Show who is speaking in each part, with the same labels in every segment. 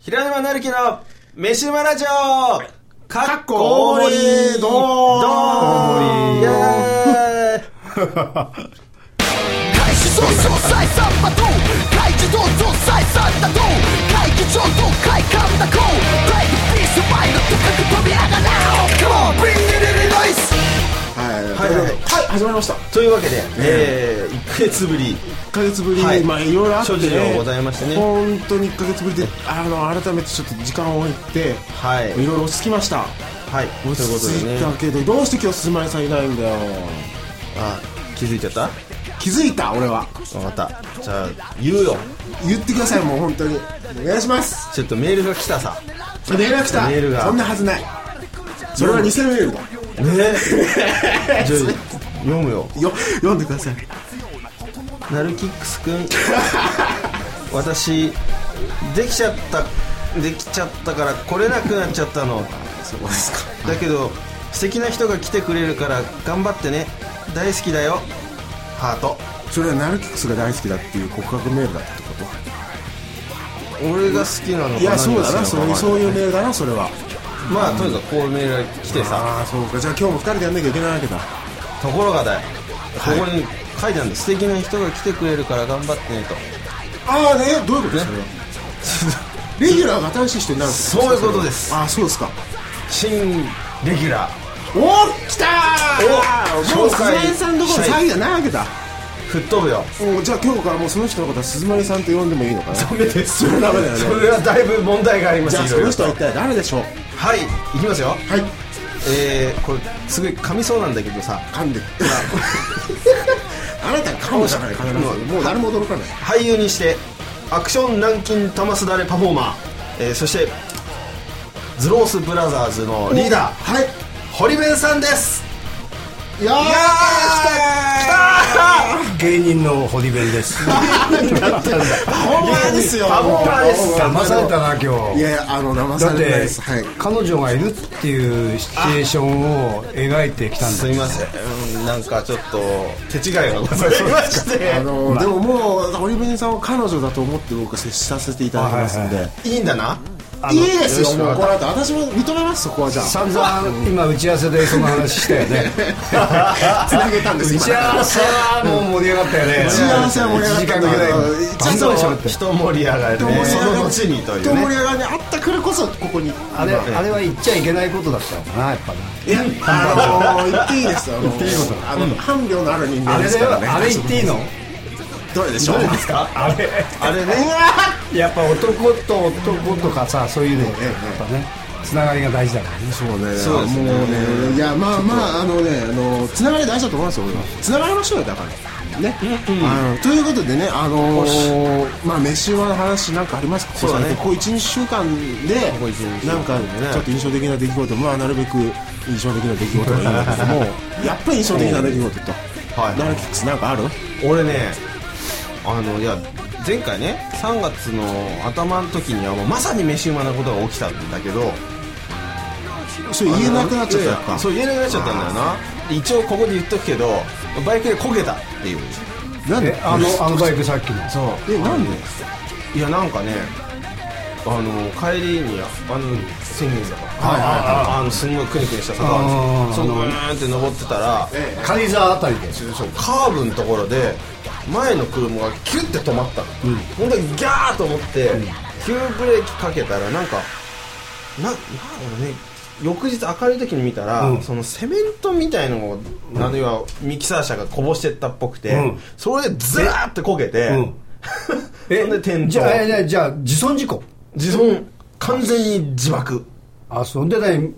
Speaker 1: 平山成樹の飯馬ラジオかっこ
Speaker 2: かっこ
Speaker 1: お
Speaker 2: お
Speaker 1: り
Speaker 2: り
Speaker 1: どーん
Speaker 2: どーどーん
Speaker 1: イエーイ
Speaker 3: 怪奇闘争再三馬頭怪奇闘争再三打倒怪奇衝動快感打光大ピース前の高く飛び上がら Come on bring it in the noise
Speaker 2: は
Speaker 1: は
Speaker 2: い、
Speaker 1: い
Speaker 2: はい、はい、始まりました。
Speaker 1: というわけで、えー、1ヶ月ぶり
Speaker 2: 1ヶ月ぶりに、
Speaker 1: はい
Speaker 2: まあ、いろいろあって、
Speaker 1: 諸事情ございましてね
Speaker 2: 本当に1ヶ月ぶりで、あの、改めてちょっと時間を置いて、
Speaker 1: はい
Speaker 2: いろいろ落ち着きました。
Speaker 1: はいという
Speaker 2: 落ち
Speaker 1: こと
Speaker 2: 着
Speaker 1: で
Speaker 2: い
Speaker 1: ね
Speaker 2: たけど、どうして今日すまりさんいないんだよ。
Speaker 1: あ気づいちゃった
Speaker 2: 気づいた俺は。
Speaker 1: 分かったじゃあ言うよ
Speaker 2: 言ってください、もう本当に。お願いします。
Speaker 1: ちょっとメールが来たさ
Speaker 2: メールが来た。
Speaker 1: メールが
Speaker 2: そんなはずない。それは偽メールだ。
Speaker 1: ねじゃあ読むよ
Speaker 2: よ、読んでください。
Speaker 1: ナルキックスくん 私できちゃったできちゃったから来れなくなっちゃったの
Speaker 2: そうですか。
Speaker 1: だけど素敵な人が来てくれるから頑張ってね大好きだよハート
Speaker 2: それはナルキックスが大好きだっていう告白メールだったってこと
Speaker 1: 俺が好きなのか
Speaker 2: いや、そうだな、そういうそう
Speaker 1: う
Speaker 2: いうメールだな、それは。
Speaker 1: まあとにかくこういうメールが来てさ
Speaker 2: ああ、そうか。じゃあ今日も2人でやんなきゃいけないわけだ。
Speaker 1: ところがだよここに書いてあるんだ素敵な人が来てくれるから頑張ってねと
Speaker 2: ああねどういうことですかレギュラーが新しい人になるんですか
Speaker 1: そういうことです
Speaker 2: ああそうですか
Speaker 1: 新レギュラー
Speaker 2: おお来たー
Speaker 1: お
Speaker 2: もう
Speaker 1: 紹
Speaker 2: ス
Speaker 1: 介
Speaker 2: ズメさんのところ
Speaker 1: したい
Speaker 2: 詐欺じゃないわけだ
Speaker 1: 吹っ飛ぶよ
Speaker 2: おじゃあ今日からもうその人のことは鈴丸さんと呼んでもいいのかな
Speaker 1: ダメです
Speaker 2: それダメだよね
Speaker 1: それはだいぶ問題がありま
Speaker 2: じゃあ
Speaker 1: す
Speaker 2: そ
Speaker 1: いろい
Speaker 2: の
Speaker 1: ろ
Speaker 2: 人
Speaker 1: と
Speaker 2: は一体誰でしょう
Speaker 1: はいいきますよ
Speaker 2: はい
Speaker 1: えー、これすごい噛みそうなんだけどさ
Speaker 2: 噛んであなたが噛むじゃない必ずもう誰も驚かない
Speaker 1: 俳優にしてアクション軟禁玉すだれパフォーマー、えーそしてズロースブラザーズのリーダー
Speaker 2: はい
Speaker 1: 堀弁さんです
Speaker 2: いやー
Speaker 4: 芸人の堀弁 です。
Speaker 2: 本番ですよ
Speaker 1: パフォーマーです
Speaker 4: 騙されたな
Speaker 2: い
Speaker 4: 今日。
Speaker 2: やいやあの騙さ
Speaker 4: だっ
Speaker 2: れてない
Speaker 4: て
Speaker 2: ですはい
Speaker 4: 彼女がいるっていうシチュエーションを描いてきたん
Speaker 1: す
Speaker 4: だ。
Speaker 1: みません、うんなんかちょっと手違いがございまして
Speaker 2: あのでももう堀弁さんを彼女だと思って僕は接させていただきますんで、
Speaker 4: はい
Speaker 1: いいんだない
Speaker 2: いですよ
Speaker 4: よし
Speaker 2: もう
Speaker 4: わ
Speaker 2: こ
Speaker 4: か
Speaker 2: の後私も認めますそこはじゃ
Speaker 4: 散々今打ち合わせでその話したよね。
Speaker 2: あつなげたんです
Speaker 4: 打
Speaker 2: 今
Speaker 4: ち合わせはもう盛り上がったよね。
Speaker 2: 打ち合わせは盛り上がったんだけど
Speaker 4: 一時間ぐらいバンバン喋って。
Speaker 1: 人盛り上がり
Speaker 2: 人
Speaker 1: ね
Speaker 2: 盛り
Speaker 1: そ
Speaker 2: 上
Speaker 1: の
Speaker 2: がり
Speaker 1: 後にとい
Speaker 2: 人
Speaker 1: う
Speaker 2: 盛り
Speaker 1: ね
Speaker 2: 上がりあったからこそここに
Speaker 4: あれあれは言っちゃいけないことだったのかなやっぱり。
Speaker 2: いやあの言っていいですよあの言っていいことあの、伴侶のある人間
Speaker 4: あ
Speaker 2: で
Speaker 4: れ
Speaker 2: す
Speaker 4: だ
Speaker 2: から
Speaker 4: よ
Speaker 2: ね
Speaker 4: あれ言っていいの？
Speaker 2: どれでしょう
Speaker 4: ですか？あれ
Speaker 1: あれね
Speaker 4: やっぱ男と男とかさそういうのやっ
Speaker 2: え
Speaker 4: ぱねつながりが大事だからね。
Speaker 2: そう
Speaker 1: そう
Speaker 2: ね
Speaker 1: ですね
Speaker 2: もうねいやまあまああのねあのつながり大事だと思いますよ俺はつながりましょうよだからね、あのということでねあのー、まあ飯はの話なんかありますか
Speaker 1: そうだね
Speaker 2: ここ1週間で
Speaker 1: こ一二週間
Speaker 2: なんか
Speaker 1: でね
Speaker 2: ちょっと印象的な出来事まあなるべく印象的な出来事がいいんだけどもやっぱり印象的な出来事と
Speaker 1: はい
Speaker 2: ナルキックスなんかある
Speaker 1: 俺ねあのいや前回ね3月の頭の時にはもうまさに飯馬なことが起きたんだけど
Speaker 2: それ言えなくなっちゃったやっぱ
Speaker 1: そう言えなくなっちゃったんだよな一応ここで言っとくけどバイクでこげたっていう
Speaker 2: なんで
Speaker 4: えあのあのバイクさっきの。
Speaker 1: そう
Speaker 2: えなんで
Speaker 1: いやなんかねあの帰りにあの先月だから、あのすんごいクニクニした坂があるんですよそこをうーんって登ってたら
Speaker 4: 軽井沢あたりで。
Speaker 1: そうカーブのところで前の車がキュッて止まったの、ほんでギャーと思って、急ブレーキかけたらなんかななんだろうね翌日明るい時に見たら、
Speaker 4: うん
Speaker 1: そのセメントみたいのを、あるいはミキサー車がこぼしてったっぽくて、
Speaker 4: うん
Speaker 1: それでズラーってこけて、
Speaker 4: うん
Speaker 1: そんで転倒
Speaker 4: じゃあじゃあじゃあ自損事故
Speaker 1: 自損完全に自爆
Speaker 4: あそんでね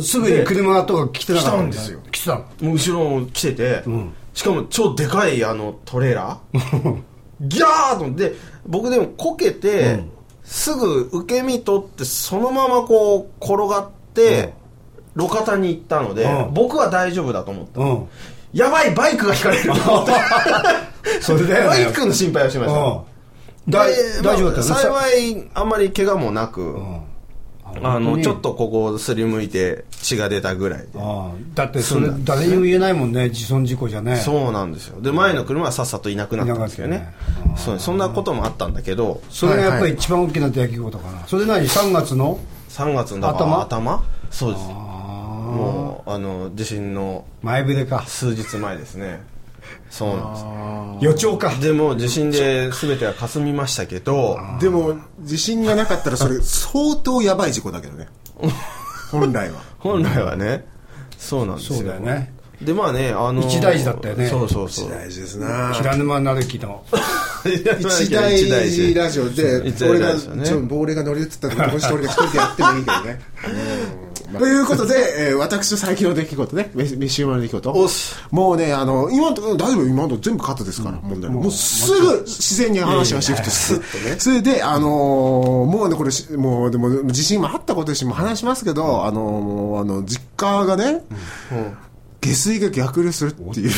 Speaker 4: すぐに車とか来てなかった
Speaker 1: 来たんですよ
Speaker 4: 来てたの
Speaker 1: もう後ろも来てて、
Speaker 4: ん
Speaker 1: しかも超でかいあのトレーラ ーギャーと思って僕でもこけて、
Speaker 4: うん
Speaker 1: すぐ受け身取ってそのままこう転がって、路肩に行ったので、
Speaker 4: うん
Speaker 1: 僕は大丈夫だと思った、
Speaker 4: うん
Speaker 1: やばいバイクが引かれると思って
Speaker 4: それだよね
Speaker 1: バイクの心配をしました
Speaker 4: うんだい
Speaker 1: で
Speaker 4: 大丈夫だった
Speaker 1: まあ
Speaker 4: よね
Speaker 1: 幸いあんまり怪我もなく、
Speaker 4: うんあ
Speaker 1: あ
Speaker 4: 本当
Speaker 1: の
Speaker 4: に
Speaker 1: ちょっとここすりむいて血が出たぐらいで
Speaker 4: ああだってそれ誰にも言えないもんね自損事故じゃね
Speaker 1: そうなんですよで前の車はさっさといなくなったんですよ
Speaker 4: いな
Speaker 1: ね
Speaker 4: かったよね
Speaker 1: そうそんなこともあったんだけど
Speaker 4: それがやっぱ
Speaker 1: はい
Speaker 4: り
Speaker 1: はい
Speaker 4: 一番大きな出来事かなそれなりに3月の
Speaker 1: 3月のだから
Speaker 4: 頭
Speaker 1: 頭そうですもうあの地震の
Speaker 4: 前触れか
Speaker 1: 数日前ですねそうなんです
Speaker 4: 予兆か
Speaker 1: でも地震で全ては霞みましたけど
Speaker 2: でも自信がなかったらそれ相当やばい事故だけどね本来は
Speaker 1: 本来はねそうなんですよ
Speaker 4: そうだよね
Speaker 1: でまあねあの
Speaker 4: 一大事だったよね
Speaker 1: そうそうそう
Speaker 2: 大事ですな
Speaker 4: 平沼なるきの
Speaker 2: 一大事ラジオで
Speaker 1: 一大
Speaker 2: 俺
Speaker 1: 事ラ
Speaker 2: が
Speaker 1: ジオね
Speaker 2: ちょ亡霊が乗り移ったとこもし俺が一人でやってもいいけどねうんということで、えー私の最近の出来事ね、飯飯馬の出来事。
Speaker 1: おっす
Speaker 2: もうね、あの、今のところ、大丈夫、今のところ全部カットですから、問題ないもうすぐ自然に話がシフトする。それで、あのーもうね、これし、もう、でも、地震もあったことだし、もう話しますけど、あのーもう、あの、実家がね、下水が逆流するっていう。
Speaker 4: ち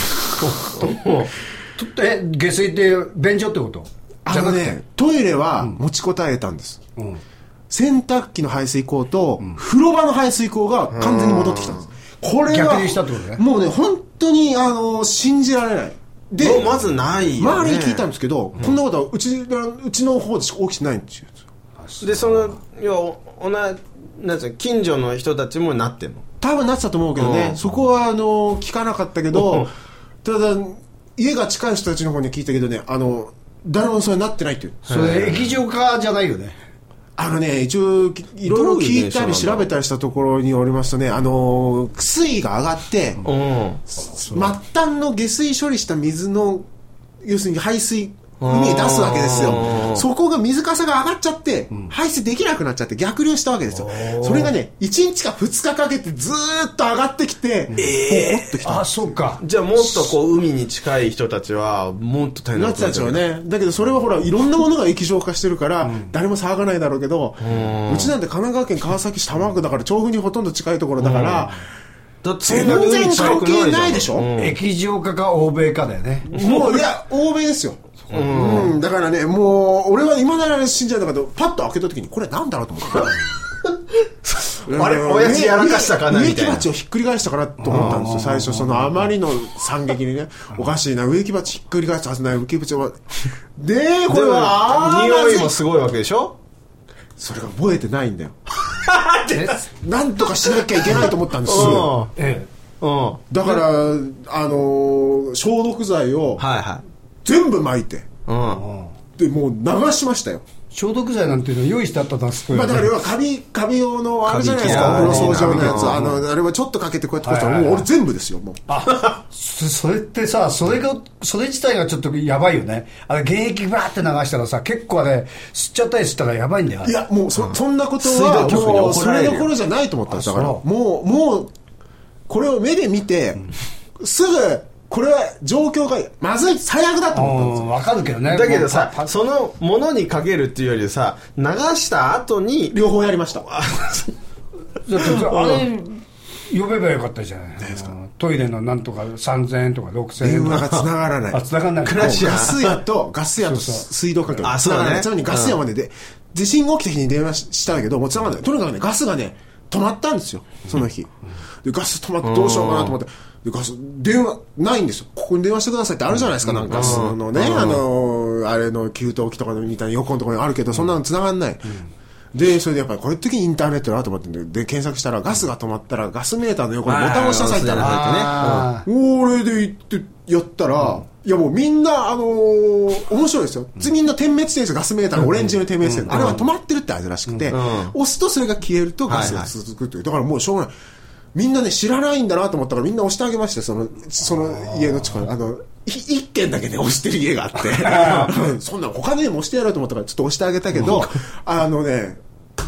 Speaker 4: ょっとえ下水って便所ってこと
Speaker 2: あのね、トイレは持ちこたえたんです。
Speaker 4: うん
Speaker 2: 洗濯機の排水口と、風呂場の排水口が完全に戻ってきたんです。これは、
Speaker 4: 逆流したってことね
Speaker 2: もうね、本当に、あの、信じられない。で
Speaker 1: もうまずないよ
Speaker 2: 周
Speaker 1: ね
Speaker 2: りに聞いたんですけど、こんなことはうちのうちの方でしか起きてないんですよ。
Speaker 1: でその要はおななんつうの近所の人たちもなってんの
Speaker 2: 多分なってたと思うけどね、
Speaker 1: うん
Speaker 2: そこはあの聞かなかったけど、ただ、家が近い人たちの方に聞いたけどね、あの誰もそれなってないっていう。
Speaker 4: それ液状化じゃないよね
Speaker 2: あのね、一応、きいろいろ聞いたり調べたりしたところによりますとね、あの、水位が上がって、
Speaker 1: うん
Speaker 2: 末端の下水処理した水の、要するに排水、海へ出すわけです
Speaker 1: あー
Speaker 2: よ。そこが水かさが上がっちゃって、排水できなくなっちゃって逆流したわけですよ。それがね、1日か2日かけてずーっと上がってきて、ボコッときた。
Speaker 4: あそうか
Speaker 1: じゃあもっとこう海に近い人たちはもっと大変
Speaker 2: な
Speaker 1: な
Speaker 2: っ
Speaker 1: こと
Speaker 2: てた
Speaker 1: に
Speaker 2: でし
Speaker 1: な
Speaker 2: ょう
Speaker 1: っちゃう
Speaker 2: ね。だけどそれはほら、いろんなものが液状化してるから、誰も騒がないだろうけど、うちなんて神奈川県川崎市多摩区だから、調布にほとんど近いところだから、
Speaker 1: だってそ
Speaker 2: 全
Speaker 1: んな
Speaker 2: 然
Speaker 1: 海近
Speaker 2: 関
Speaker 1: くじゃ
Speaker 2: 係
Speaker 1: ん
Speaker 2: ないでしょ、
Speaker 1: うん
Speaker 4: 液状化か欧米かだよね
Speaker 2: もういや欧米ですよ、うんだからねもう俺は今なら死んじゃうのかとパッと開けた時にこれなんだろうと思って
Speaker 1: あれ親父やらかしたかな
Speaker 2: 植
Speaker 1: み
Speaker 2: 木
Speaker 1: たいな
Speaker 2: 鉢をひっくり返したかなと思ったんですよ最初そのあまりの惨劇にねおかしいな植木鉢ひっくり返したはずない植木鉢はでこれはあー
Speaker 1: 匂い
Speaker 2: ま
Speaker 1: も
Speaker 2: ず
Speaker 1: すごいわけでしょ
Speaker 2: それが覚えてないんだよなんとかしなきゃいけないと思ったんですよ
Speaker 1: う
Speaker 4: ええ
Speaker 1: んうん
Speaker 2: だからあのー消毒剤を
Speaker 1: はいはい
Speaker 2: 全部撒いて
Speaker 1: うん
Speaker 2: でもう流しましたよ
Speaker 4: 消毒剤なんていうの用意してあったんですけど
Speaker 2: まあ、
Speaker 4: ね
Speaker 2: だから要はカビ、カビ用のあれじゃないです
Speaker 1: カ
Speaker 2: か、お
Speaker 1: ビ
Speaker 2: 風呂掃除用のや
Speaker 1: カビ
Speaker 2: つ。あの、あれはちょっとかけてこうやってこうやって
Speaker 4: はいはいは
Speaker 2: も
Speaker 4: い
Speaker 2: う俺全部ですよ、もう。
Speaker 4: あそそれってさそれがそれ自体がちょっとやばいよねあれ原液バーって流したらさ結構あれ吸っちゃったりしたらやばいんだよあれ
Speaker 2: いや、もうそ、そんなこと
Speaker 1: 水道
Speaker 2: は、
Speaker 1: 局に
Speaker 2: もう、
Speaker 1: 怒
Speaker 2: そ
Speaker 1: られ
Speaker 2: れ
Speaker 1: るよ
Speaker 2: どころじゃないと思ったんですだから、
Speaker 4: あ
Speaker 2: も
Speaker 4: そう
Speaker 2: う、もう、これを目で見て、すぐ、これは状況がまずい、最悪だと
Speaker 4: う
Speaker 2: 思ったんです
Speaker 4: んわかるけどね
Speaker 1: だけど
Speaker 4: もうパ
Speaker 1: さ
Speaker 4: パ
Speaker 1: そのものにかけるっていうよりさ流した後に
Speaker 2: 両方やりました。
Speaker 4: だってさあれ呼べばよかったじゃないですかトイレのなんとか3000円とか6000
Speaker 2: 電
Speaker 4: 円と
Speaker 2: 話
Speaker 4: か
Speaker 2: が繋がらない。
Speaker 4: あ繋がんない
Speaker 1: クラッシュ
Speaker 2: ガス屋と、ガス屋と
Speaker 4: そうそう
Speaker 2: 水道関係
Speaker 1: あそうだね
Speaker 2: ちなみにガス屋までで、地震が起きた日に電話ししたけど、もう繋がんない。とにかくね、ガスがね、止まったんですよ、その日。で、ガス止まってどうしようかなと思って、で、ガス、電話、ないんですよ。ここに電話してくださいってあるじゃないですか、なんかガスのね、あのー、あれの給湯器とかのみたいな横のところにあるけど、そんなの繋がんない。で、それでやっぱりこういう時にインターネットだなと思ってんで、で、検索したらガスが止まったらガスメーターの横にボタンを押しなさいってある
Speaker 1: あー
Speaker 2: わけね。
Speaker 4: あー
Speaker 2: 俺で行ってやったら、いやもうみんな、あのー面白いですよ。みんな点滅してるんですよ、ガスメーターのオレンジの点滅してる、あれは止まってるって味らしくて、
Speaker 1: ん
Speaker 2: 押すとそれが消えるとガスが続くという。だからもうしょうがない。みんなね、知らないんだなと思ったからみんな押してあげましたよその、その家の近く、あの、い一軒だけね、押してる家があって。 うんそんな他の家も押してやろうと思ったからちょっと押してあげたけど、あのね、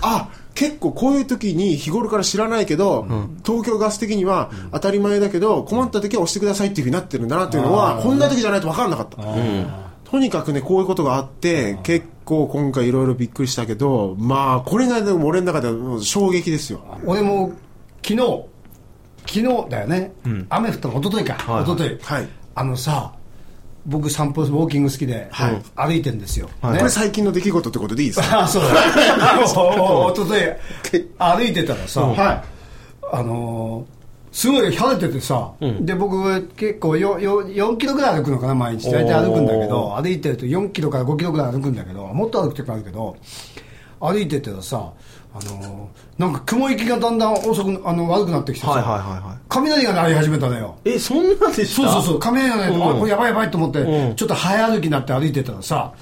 Speaker 2: あ結構こういう時に日頃から知らないけど、東京ガス的には当たり前だけど困った時は押してくださいっていうふうになってるんだなっていうのはこんな時じゃないと分からなかった、とにかくねこういうことがあって結構今回いろいろびっくりしたけどまあこれがでも俺の中ではもう衝撃ですよ
Speaker 4: 俺も昨日昨日だよね、雨降ったの一昨日か、一昨日
Speaker 2: はい
Speaker 4: あのさ僕散歩ウォーキング好きで、歩いてんですよ、ね
Speaker 2: これ最近の出来事ってことでいいですか
Speaker 4: あそうだあのおととい歩いてたらさ、
Speaker 2: は
Speaker 4: あのーすごい晴れててさ、で僕結構よよ4キロぐらい歩くのかな毎日大体歩くんだけど歩いてると4キロから5キロぐらい歩くんだけどもっと歩く時もあるけど歩いててさあのーなんか雲行きがだんだん遅くあの悪くなってきてさ、
Speaker 1: はいはいはいはい
Speaker 4: 雷が鳴り始めたのよ
Speaker 1: えそんなでした
Speaker 4: そうそうそう、仮面がないと、あ
Speaker 1: うん
Speaker 4: これやばいやばいと思って、
Speaker 1: うん
Speaker 4: ちょっと早歩きになって歩いてたらさ、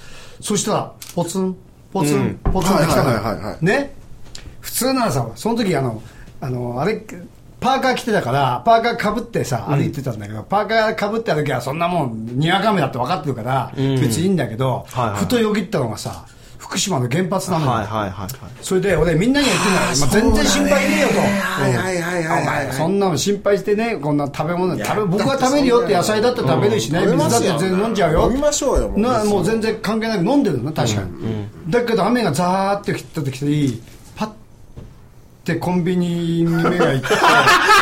Speaker 4: そしたら、ポツン、ポツン、
Speaker 1: うん
Speaker 4: ポツンって来たの
Speaker 2: はいはいはいは
Speaker 4: よ。
Speaker 2: い
Speaker 4: ね普通ならさ、その時あの、あの、あれ、パーカー着てたから、パーカーかぶってさ、歩いてたんだけど、パーカーかぶって歩きはそんなもん、にわか雨だって分かってるから、別にいいんだけど、
Speaker 1: はいはい
Speaker 4: ふとよぎったのがさ、福島の原発なのよ。
Speaker 1: はいはいはいはい
Speaker 4: それで俺みんなには言ってない、まあ、全然心配ねえよと、
Speaker 2: はいはいはいはいはい
Speaker 4: お前そんなの心配してねこんな食べ物食べ僕
Speaker 2: だ
Speaker 4: は
Speaker 2: って
Speaker 4: 食べるよって野菜だって食べるしね、
Speaker 2: うん
Speaker 4: 水だって全然飲んじゃうよ
Speaker 2: 飲みましょうよもう
Speaker 4: なもう全然関係なく飲んでるの確かに、だけど雨がザーって降った時パッてコンビニに目が行って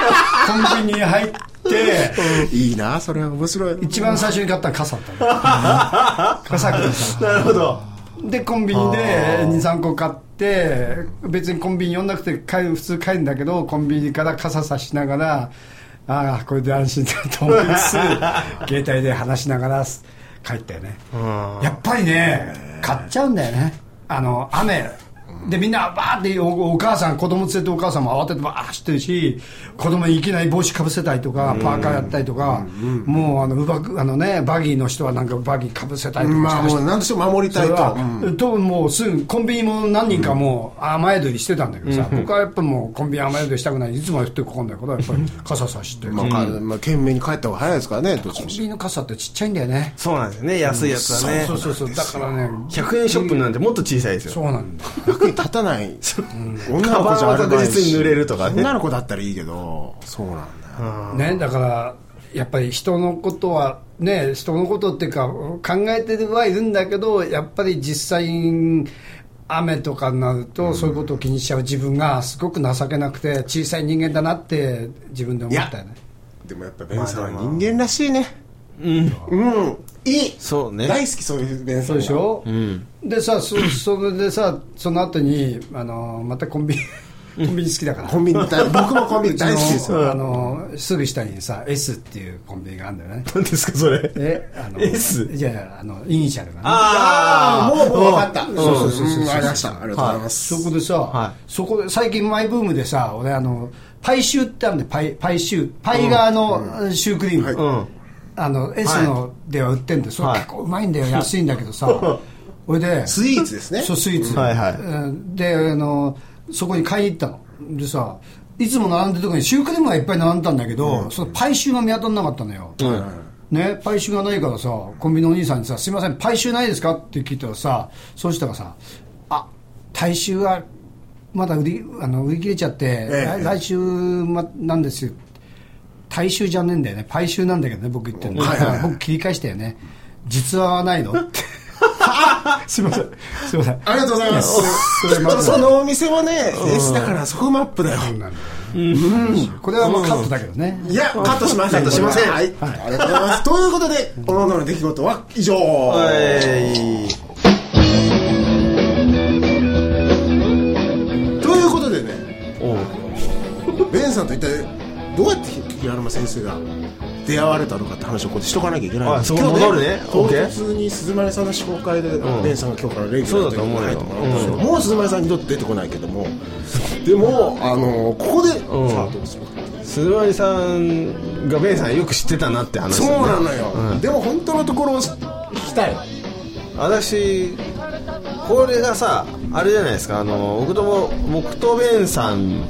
Speaker 4: コンビニに入って
Speaker 2: いいなそれは面白い
Speaker 4: 一番最初に買ったのは傘だったの 傘ください
Speaker 1: なるほど
Speaker 4: でコンビニで23個買って別にコンビニ呼んなくて帰る普通帰るんだけどコンビニから傘差しながらああこれで安心だと思いつ つ携帯で話しながら帰ったよねやっぱりね買っちゃうんだよねあの雨でみんなバーっておお母さん子供連れてお母さんも慌ててバーッ走ってるし子供にいきなり帽子かぶせたりとかパーカーやったりとかもうあのうばくあの、ね、バギーの人はなんかバギーかぶせたりとかし
Speaker 2: ま
Speaker 4: て
Speaker 2: あもう何としても守り
Speaker 4: そ
Speaker 2: たい
Speaker 4: れは
Speaker 2: と、うん
Speaker 4: 多分もうすぐコンビニも何人かもう雨宿りしてたんだけどさ、僕はやっぱもうコンビニ雨宿りしたくないいつもやってここんだけどやっぱり傘さして、
Speaker 2: ま
Speaker 4: コ
Speaker 2: あかまあ懸命に帰った方が早いですからねどっち
Speaker 4: ン
Speaker 2: も
Speaker 4: ビニの傘ってちっちゃいんだよね
Speaker 1: そうなんですよね安いやつはね、
Speaker 4: そうそうそうだからね
Speaker 1: 100円ショップなんてもっと小さいです
Speaker 4: そ
Speaker 1: よ
Speaker 4: うなんだ
Speaker 2: 役に立たない女の子じゃあ
Speaker 1: カバンは
Speaker 2: るまいし
Speaker 1: 確実に濡れるとかね
Speaker 2: 女の子だったらいいけどそうなんだよ
Speaker 4: ねだからやっぱり人のことはね人のことっていうか考えてはいるんだけどやっぱり実際に雨とかになると、そういうことを気にしちゃう自分がすごく情けなくて小さい人間だなって自分で思ったよね
Speaker 2: でもやっぱベンさんは人間らしいねうんうんいい
Speaker 1: そうね
Speaker 2: 大好きそういうベンさん
Speaker 4: そうでし
Speaker 2: は
Speaker 4: ょ、でさそそれでさその後にあのまたコンビニコンビニ好きだから
Speaker 2: コンビニ 大僕もコンビニ大好きです
Speaker 4: あの
Speaker 2: よ
Speaker 4: あのすぐ下にさ S っていうコンビニがあるんだよね
Speaker 1: 何ですかそれ
Speaker 4: えあの
Speaker 1: S？
Speaker 4: いやいやあのイニシャルがね
Speaker 1: あ
Speaker 2: もうもう分かったそうそうそうそう
Speaker 4: うん
Speaker 2: ありましたありがとうございます
Speaker 4: そこでさ、
Speaker 1: は
Speaker 4: そこで最近マイブームでさ俺あのパイシューってあるんでパイパイシューパイ側のシュークリーム、
Speaker 1: あうん
Speaker 4: あの S のでは売ってんでそれ
Speaker 1: はい
Speaker 4: 結構うまいんだ よ安いんだけどさ俺で
Speaker 2: スイーツですね
Speaker 4: そうスイーツ、
Speaker 1: はいはい
Speaker 4: うんであのそこに買いに行ったのでさいつも並んでるとこにシュークリームがいっぱい並んでたんだけど、そのパイシューが見当たらなかったのよ、ね、パイシューがないからさコンビニのお兄さんにさ「すいませんパイシューないですか?」って聞いたらさそうしたらさ「あ大衆はまだ売りあの売り切れちゃって、来来週、ま、なんですよ」大衆じゃねえんだよねパイシューなんだけどね僕言ってるの、だから僕切り返したよね実話はないのってすいませんすいません
Speaker 2: ありがとうございます
Speaker 4: そ
Speaker 2: き
Speaker 4: れ
Speaker 2: っ
Speaker 4: マジ
Speaker 2: と
Speaker 4: で
Speaker 2: そのお店もね S だからそこマップだよ
Speaker 4: これはまあカットだけどね、
Speaker 2: いや、カットしません。
Speaker 1: カットしません
Speaker 2: はい。ありがとうございます。ということで、おのおのの出来事は以上。
Speaker 1: はい
Speaker 2: ということでね、
Speaker 1: おう
Speaker 2: ベンさんと一体、どうやって平沼先生が出会われたのかって話をここでしとかなきゃいけないんです
Speaker 1: あそこ
Speaker 2: 今日
Speaker 1: 戻るね
Speaker 2: 唐
Speaker 1: OK
Speaker 2: 突に鈴丸さんの紹介で、
Speaker 1: ん
Speaker 2: ベンさんが今日からレギュラーということで入ってもらったんですけど
Speaker 1: そうだと思うようん
Speaker 2: もう鈴丸さんにとって出てこないけども、でも、あのここで、さ
Speaker 1: ん
Speaker 2: あどうするか。
Speaker 1: 鈴丸さんがベンさんよく知ってたなって話
Speaker 2: そ
Speaker 1: だ
Speaker 2: う
Speaker 1: ね
Speaker 2: なのよ、でも本当のところを聞きたい
Speaker 1: 私これがさあれじゃないですかあの僕とも僕とベンさん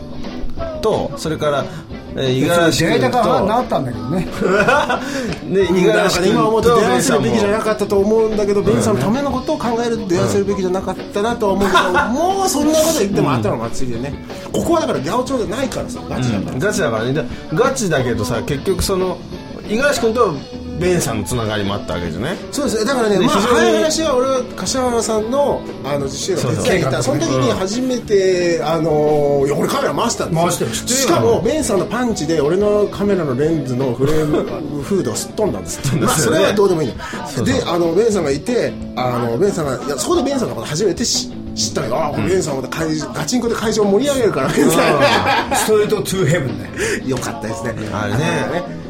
Speaker 1: とそれからえー五十嵐
Speaker 4: 出会い
Speaker 1: 君
Speaker 4: たかはな
Speaker 1: と
Speaker 4: ったんだけどね
Speaker 1: ね五十
Speaker 2: なん
Speaker 1: 嵐
Speaker 2: かね
Speaker 1: 君
Speaker 2: 今思う
Speaker 1: と
Speaker 2: と出会
Speaker 1: ベ
Speaker 2: わ
Speaker 1: ン
Speaker 2: せ
Speaker 1: さ
Speaker 2: る
Speaker 1: ん
Speaker 2: べきじゃな
Speaker 1: も
Speaker 2: かったと思うんだけど、ベンさんのためのことを考えると出会わせるべきじゃなかったなとは思うけ ど、もうそんなこと言ってもあったの祭りでね、ここはだからギャオチョウじゃないからさガチだから、
Speaker 1: ガチだからねだガチだけどさ結局その五十嵐君とベンさんのつながりもあったわけですね
Speaker 2: そうですねだからね、
Speaker 1: で
Speaker 2: まあ、
Speaker 1: 非常に
Speaker 2: 早い話は俺は柏原さんのあの実習の手伝いに行ったそ
Speaker 4: そうそう
Speaker 2: の時に初めて、あのーいや俺カメラ回したんですよ
Speaker 4: 回してる知ってるよ
Speaker 2: しかもベンさんのパンチで俺のカメラのレンズのフレームフードをすっ飛んだんで
Speaker 1: ん
Speaker 2: す
Speaker 1: ですよね
Speaker 2: まあ、それはどうでもいいの
Speaker 1: うそう
Speaker 2: であのベンさんがいてあのベンさんがいやそこでベンさんのこと初めて知知ったのよあこれベンさんまた会場ガチンコで会場を盛り上げるからベンさん
Speaker 4: ストレートトゥーヘブンね
Speaker 2: よかったですね
Speaker 1: あれね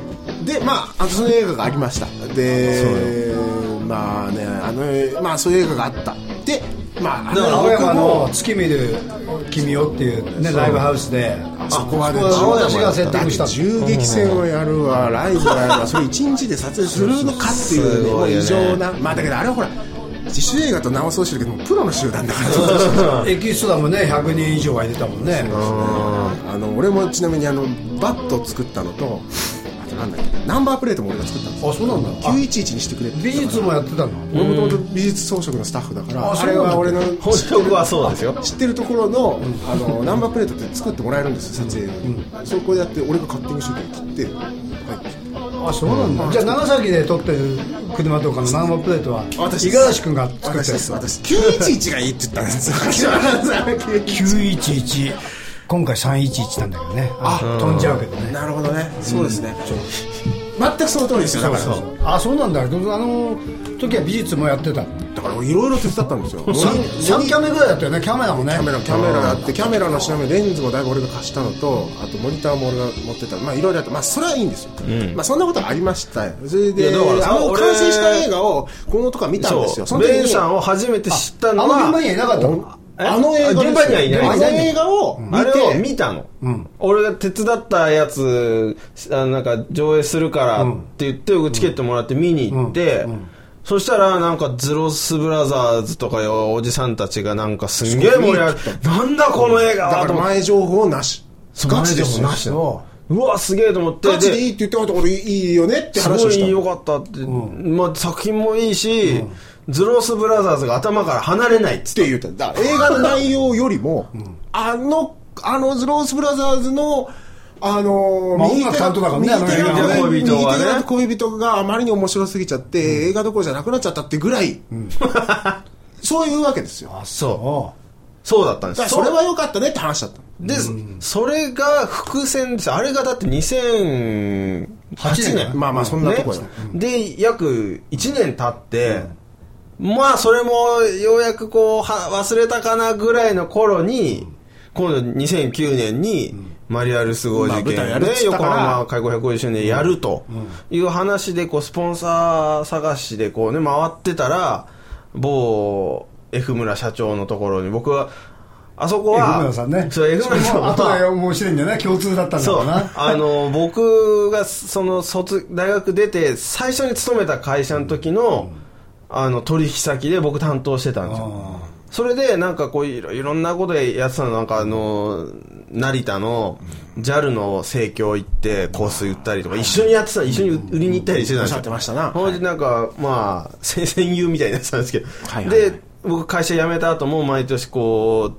Speaker 2: でまああとその映画がありましたでまあねあのまあそういう映画があったでまああ
Speaker 1: だから
Speaker 2: の
Speaker 4: 青
Speaker 2: 僕
Speaker 4: 山
Speaker 2: も
Speaker 4: の月見る君をっていうねライブハウスで
Speaker 2: あそこはね
Speaker 4: あそこは私がセッティングした
Speaker 2: だって銃撃戦をやるわライブやるわそれ一日で撮影するのかっていうね
Speaker 1: す
Speaker 2: も
Speaker 1: ご
Speaker 2: う
Speaker 1: いよ
Speaker 2: 異
Speaker 1: ね
Speaker 2: 常なまあだけどあれはほら自主映画と直そうしてるけどもうプロの集団だから
Speaker 4: エキストラもね100人以上が出たもんね
Speaker 2: あの俺もちなみにあのバットを作ったのとあとなんだっけナンバープレートも俺が作ったんですよ
Speaker 4: あそうなんだあ
Speaker 2: 911にしてくれって
Speaker 4: 美術もやってたの
Speaker 2: 俺もともと美術装飾のスタッフだから
Speaker 4: あ
Speaker 2: あれは俺の
Speaker 1: 本職はそうですよ
Speaker 2: 知ってるところのあのナンバープレートって作ってもらえるんですよ撮影でそこでやって俺がカッティングシュートで切ってはい
Speaker 4: あそうなんだじゃあ長崎で撮ってる車とかのナンバープレートは五十嵐君が作っ
Speaker 2: 私
Speaker 4: て
Speaker 2: で
Speaker 4: る
Speaker 2: す私911がいいって言ったんですよ私は
Speaker 4: 911今回311なんだけどねあ飛んじゃうけど ね
Speaker 2: なるほどねそうですね全くその通りですよだから
Speaker 4: あそうなんだあの時は美術もやってた
Speaker 2: だから俺いろいろ手伝ったんですよ
Speaker 4: 3キャメぐらいだったよねキャメラもね
Speaker 2: カメラキャメラがあってキャメラの調べレンズもだいぶ俺が貸したのとあとモニターも俺が持ってたまあいろいろあってまあそれはいいんですよ、まあそんなことがありましたよそれ
Speaker 1: いや
Speaker 2: で
Speaker 1: だからさ
Speaker 2: あの
Speaker 1: 俺
Speaker 2: 完成した映画をこのとか見たんですよ
Speaker 1: そ
Speaker 2: そうの時に
Speaker 1: ベンさんを初めて知った
Speaker 4: あ
Speaker 1: の
Speaker 4: の
Speaker 1: は
Speaker 4: 現場にはいなかったの
Speaker 1: え
Speaker 2: あの映画ですよ
Speaker 1: 現場にはいない
Speaker 2: あの映画を見て
Speaker 1: あれを見たの、俺が手伝ったやつあのなんか上映するからって言って、チケットもらって見に行って、そしたらなんかズロスブラザーズとかよおじさんたちがなんかすんげえ盛り上がってなんだこの映画
Speaker 2: だ
Speaker 1: は
Speaker 2: か
Speaker 1: と
Speaker 2: ら
Speaker 1: 思って
Speaker 2: 前情報なしガチですよ
Speaker 1: マジでもなしのうわすげえと思って
Speaker 2: ガチでいいって言ってたからいいよねって
Speaker 1: す
Speaker 2: 話を
Speaker 1: ご
Speaker 2: し
Speaker 1: い
Speaker 2: た
Speaker 1: 良かったって、まあ、作品もいいし、ズロスブラザーズが頭から離れないっつっ
Speaker 2: ってて言っただから映画の内容よりも、あのあのズロースブラザーズのあのー
Speaker 4: まあ
Speaker 2: 右手
Speaker 4: 音楽担当だからね
Speaker 2: 右手
Speaker 4: あの映画
Speaker 2: が
Speaker 1: はね
Speaker 2: 恋人
Speaker 1: 恋人がね
Speaker 2: 右手が恋人があまりに面白すぎちゃって、映画どころじゃなくなっちゃったってぐらい、そういうわけですよだ
Speaker 1: そうそうだったんで
Speaker 2: から
Speaker 1: す
Speaker 2: それは良かったねって話だった
Speaker 1: で、それが伏線ですあれがだって2008年
Speaker 4: 年
Speaker 2: まあまあそんなとこよ
Speaker 1: ねで約1年経って、まあそれもようやくこうは忘れたかなぐらいの頃に、今度2009年に、マリアルス号事件
Speaker 2: まあ舞台やるっつ
Speaker 1: で
Speaker 2: っ
Speaker 1: 横
Speaker 2: たから
Speaker 1: 浜開港150周年やるという話でこうスポンサー探しでこうね回ってたら某 F 村社長のところに僕はあそこは
Speaker 4: F 村さんね
Speaker 1: そう F 村さんは
Speaker 4: あとが面白いんだよね共通だったんだ
Speaker 1: そ
Speaker 4: ろ
Speaker 1: う
Speaker 4: うな
Speaker 1: あの僕がその卒大学出て最初に勤めた会社の時の,、あの取引先で僕担当してたんですよ
Speaker 4: あ
Speaker 1: それでなんかこういろいろんなことやってたのなんかあの成田の JAL の盛況行って香水売ったりとか一緒にやってた一緒に売りに行ったりしてたん
Speaker 2: お
Speaker 1: で
Speaker 2: っし
Speaker 1: す
Speaker 2: ゃっ
Speaker 1: よ
Speaker 2: てましたな
Speaker 1: ほんでなんかまあ 戦戦友みたいになってたんですけど、
Speaker 2: はいはいはい
Speaker 1: で僕会社辞めた後も毎年こう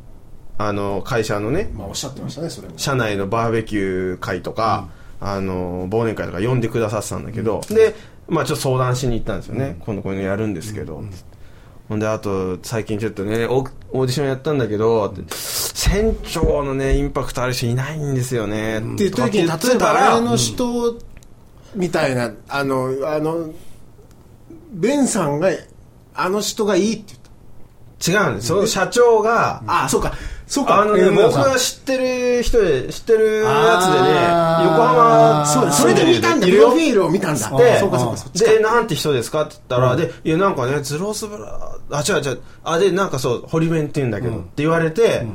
Speaker 1: あの会社のね
Speaker 2: まあおっしゃってましたねそれも
Speaker 1: 社内のバーベキュー会とか、あの忘年会とか呼んでくださってたんだけど、で、まあ、ちょっと相談しに行ったんですよね、今度こういうのやるんですけど、つってほんであと最近ちょっとねオオーディションやったんだけど、って船長のねインパクトある人いないんですよね、
Speaker 2: っ
Speaker 1: ってて
Speaker 2: 言った時に
Speaker 1: とかって
Speaker 2: 例えばあれ
Speaker 1: 言
Speaker 2: の
Speaker 1: って
Speaker 2: 人みたいなあのあのベンさんがあの人がいいって言った
Speaker 1: たら違うんですその社長が、
Speaker 2: ああそうかそうか
Speaker 1: あのね、
Speaker 2: えー
Speaker 1: 僕
Speaker 2: 村さん
Speaker 1: が知ってる人で、知ってるやつでね、横
Speaker 4: あ
Speaker 1: 浜、
Speaker 4: ー
Speaker 2: そうだそ
Speaker 1: 住
Speaker 2: れ
Speaker 1: で
Speaker 2: で
Speaker 1: る
Speaker 2: 見たんだ
Speaker 1: い
Speaker 2: プ
Speaker 1: るよ
Speaker 2: ロフィールを見たんだ
Speaker 1: で、
Speaker 2: そうかそうかそっち
Speaker 1: で、なんて人ですかって言ったら、で、いや、なんかね、ズロースブラ、あ、違う違う、あ、で、なんかそう、堀弁って言うんだけど、って言われて、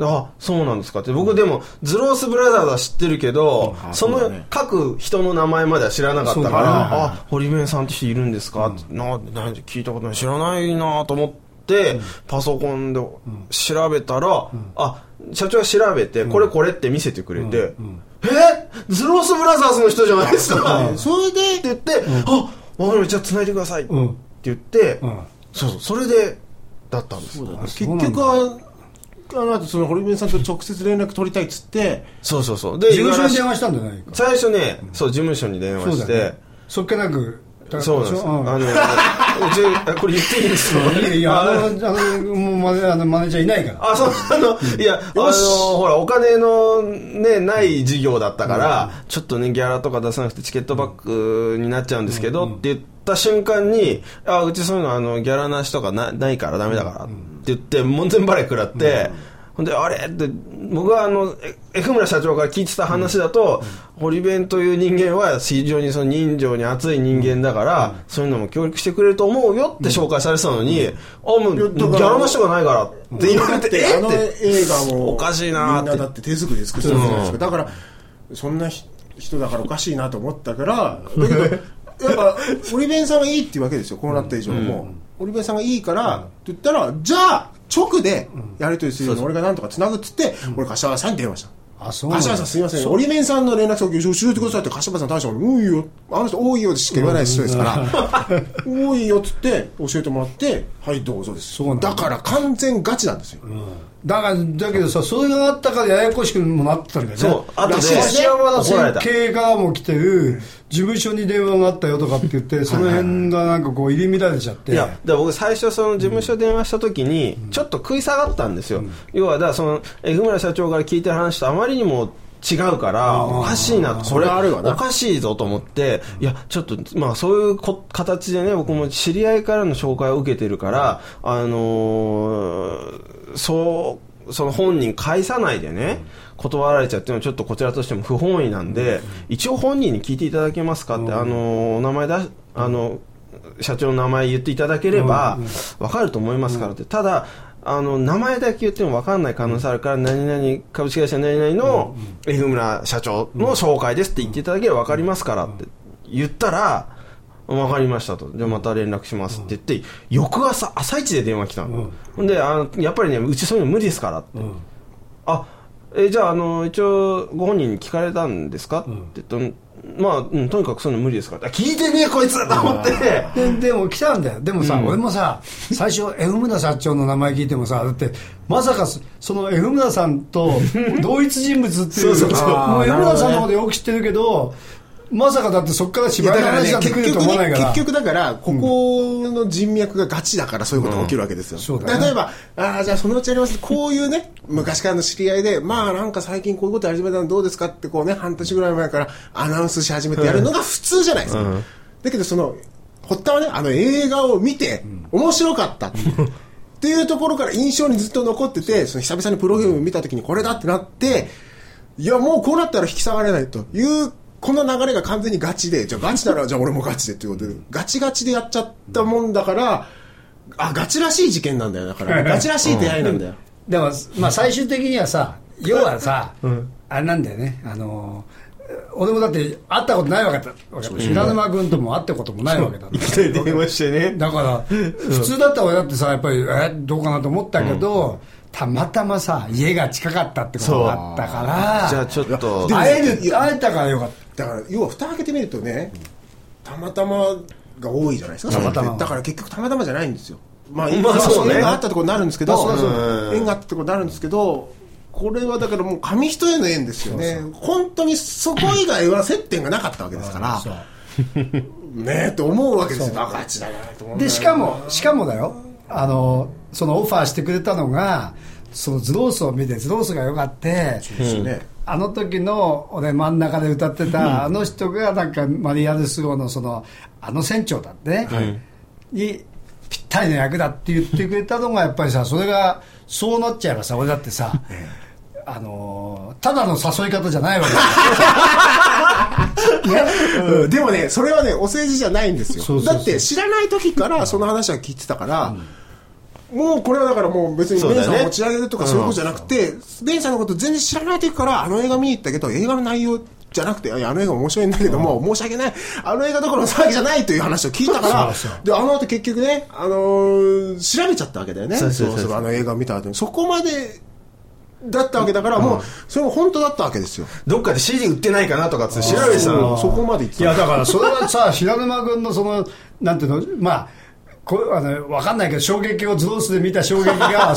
Speaker 1: あ、そうなんですかって。僕でも、ズロースブラザーズは知ってるけど、その各人の名前までは知らなかったから、あ、堀弁さんって人いるんですかって、な、なんで聞いたことない、知らないなと思って、パソコンで調べたら、あ、社長が調べて、これこれって見せてくれて、えズロースブラザーズの人じゃないですか
Speaker 2: それ
Speaker 1: って
Speaker 2: で
Speaker 1: 言って、あわかるじゃあ繋いでくださいって
Speaker 4: うん
Speaker 1: 言って、
Speaker 4: うん
Speaker 1: そうそうそれでだったんですそう
Speaker 2: 結局はあの後その堀弁さんと直接連絡取りたいっつって
Speaker 1: そうそうで
Speaker 4: 事務所に
Speaker 1: 五十嵐
Speaker 4: 電話したんじゃないか
Speaker 1: 最初ね、そう事務所に電話
Speaker 4: そう
Speaker 1: し
Speaker 4: だよ
Speaker 1: て
Speaker 4: ねそっけなく
Speaker 1: そうなんです
Speaker 4: う
Speaker 1: あのうちあこれ言っていいんですか
Speaker 4: いやいや、あ
Speaker 1: あ
Speaker 4: の、あの、もうマネ、あの、マネージャーいないから。
Speaker 1: あ、そう、あの、いや、あの、ほら、お金のね、ない事業だったから、ちょっとね、ギャラとか出さなくてチケットバックになっちゃうんですけど、って言った瞬間に、あ、うちそういうの、あの、ギャラなしとかなないからダメだから、って言って、門前払い食らって、ほんで、あれって、僕はあの、え F 村社長から聞いてた話だと、堀弁という人間は非常にその人情に熱い人間だから、そういうのも協力してくれると思うよって紹介されてたのに、あ、もう、ギ
Speaker 2: だから
Speaker 1: ャラなしとかないからって言われて、
Speaker 2: であの映画も
Speaker 1: おかしいなー
Speaker 2: みん
Speaker 1: っ
Speaker 2: な
Speaker 1: て
Speaker 2: だって手作りで作ってるじゃないですかだからそんなひ人だからおかしいなと思ったからだけ どやっぱオリベンさんはいいっていうわけですよこうなった以上もうオリベンさんがいいからって言ったらじゃあ直でやり取りするように俺がなんとかつなぐっつって俺柏原さんに電話した
Speaker 4: あ、そうなんだ
Speaker 2: 柏原さんすいませんオリベンさんの連絡先教えてくださいって柏原さん大したから「多いよあの人多いよ」しか言わない人です から「多いよ」っつって教えてもらって「はいどうぞ」です
Speaker 4: うなんだ
Speaker 2: だから完全ガチなんですよ
Speaker 4: だから、だけどさ、それがあったからややこしくもなったんだよね。
Speaker 1: そう後で
Speaker 4: 東山田
Speaker 1: 怒られ
Speaker 4: 先
Speaker 1: た
Speaker 4: 経がも来てる、事務所に電話があったよとかって言って、その辺がなんかこう入り乱れちゃって。
Speaker 1: いやだから僕最初その事務所電話した時にちょっと食い下がったんですよ、要はだからその F 村社長から聞いてる話とあまりにも違うからおかしいなこ
Speaker 2: それはあるわな
Speaker 1: おかしいぞと思っていやちょっとまあそういうこ形でね僕も知り合いからの紹介を受けてるから、あのーそうその本人返さないでね、断られちゃうっていうのはちょっとこちらとしても不本意なんで、一応本人に聞いていただけますかって、あのーお名前だしあの社長の名前言っていただければ分かると思いますからって、ただあの名前だけ言っても分かんない可能性あるから、何々株式会社何々の F 村社長の紹介ですって言っていただければ分かりますからって言ったら分かりましたとじゃあまた連絡しますって言って翌朝朝一で電話来たの、ほんであのやっぱりねうちそういうの無理ですからって、あえじゃああの一応ご本人に聞かれたんですか、って言ったまあ、うん、とにかくそういうの無理ですからあ聞いてねえこいつと思って
Speaker 4: で でも来たんだよでもさ、
Speaker 1: うん
Speaker 4: 俺もさ最初 F 村社長の名前聞いてもさだってまさかそその F 村さん と同一人物っていう
Speaker 2: うそうそう
Speaker 4: も
Speaker 2: あ
Speaker 4: う
Speaker 2: ー
Speaker 4: F
Speaker 2: なるほどね
Speaker 4: 村さんのことよく知ってるけどまさかだってそっから
Speaker 2: いや
Speaker 4: 芝居
Speaker 2: だ
Speaker 4: の
Speaker 2: からね
Speaker 4: 話が出て
Speaker 2: 結
Speaker 4: くると
Speaker 2: 局
Speaker 4: 思わない
Speaker 2: ね
Speaker 4: から
Speaker 2: 結局だからここの人脈がガチだからそういうことが起きるわけですよ、
Speaker 4: そうだね
Speaker 2: 例えばああじゃあそのうちやりますこういうね昔からの知り合いでまあなんか最近こういうことやり始めたのどうですかってこうね半年ぐらい前からアナウンスし始めてやるのが普通じゃないですか、だけどその発端はねあの映画を見て面白かったって いうっていうところから印象にずっと残ってて、その久々にプロフィーム見た時にこれだってなって、いや、もうこうなったら引き下がれないという、この流れが完全にガチで、じゃあガチな ら、じゃあ俺もガチでっていうことで、ガチガチでやっちゃったもんだから、あ、ガチらしい事件なんだよ、だから。ガチらしい出会いなんだよ。
Speaker 4: でも、まあ、最終的にはさ要 はさ、あれなんだよねあの俺もだって会ったことないわけだ平沼君とも会ったこともないわけだ
Speaker 1: で電話してね
Speaker 4: だから、普通だったら俺だってさ、やっぱり、え、どうかなと思ったけど、たまたまさ、家が近かったってことがあったから、
Speaker 1: じゃあちょっと
Speaker 2: でも
Speaker 4: 会える、会えたからよかっ
Speaker 2: だから、要は蓋開けてみるとね、たまたまが多いじゃないですか、
Speaker 4: たま
Speaker 2: そ
Speaker 4: たま
Speaker 2: れってだから結局たまたまじゃないんですよ。まあ、
Speaker 1: まあそうね
Speaker 2: 縁があったところになるんですけど、
Speaker 4: まあそうそう
Speaker 2: 縁があったところになるんですけど、これはだからもう紙一重の縁ですよね。本当にそこ以外は接点がなかったわけですから、 ねえと思うわけですよ。あガチだなと思うんだよ
Speaker 4: た。
Speaker 2: な
Speaker 4: で、しかも、しかもだよ、あの、そのオファーしてくれたのが、そのズロースを見て、ズロースがよかって、
Speaker 2: ですよね。
Speaker 4: あの時の俺真ん中で歌ってたあの人がなんかマリア・ルス号のそのあの船長だってね、にぴったりの役だって言ってくれたのがやっぱりさそれがそうなっちゃえばさ俺だってさ、あのーただの誘い方じゃないわけだよ
Speaker 2: うんでもね、それはね、お世辞じゃないんですよ。
Speaker 4: そうそうそう
Speaker 2: だって、知らない時からその話は聞いてたから、もうこれはだからもう別にベンさんを持ち上げるとかそういうことじゃなくて、ベンさんのこと全然知らない時からあの映画見に行ったけど、映画の内容じゃなくて、いやあの映画面白いんだけども、申し訳ない、あの映画どころの騒ぎじゃないという話を聞いたから、
Speaker 4: そうそう
Speaker 2: で、あの後結局ね、あのー調べちゃったわけだよね。
Speaker 1: そうそうそう
Speaker 2: あの映画を見た後に。そこまで、だったわけだから、もう、それも本当だったわけですよ。
Speaker 1: どっかで CD 売ってないかなとかって調べてた
Speaker 2: そ
Speaker 1: の
Speaker 2: うそこまで行って
Speaker 4: い
Speaker 2: た
Speaker 4: やだからそれはさ平沼君のそのなんていうのまあこあの分かんないけど衝撃をズロースで見た衝撃 が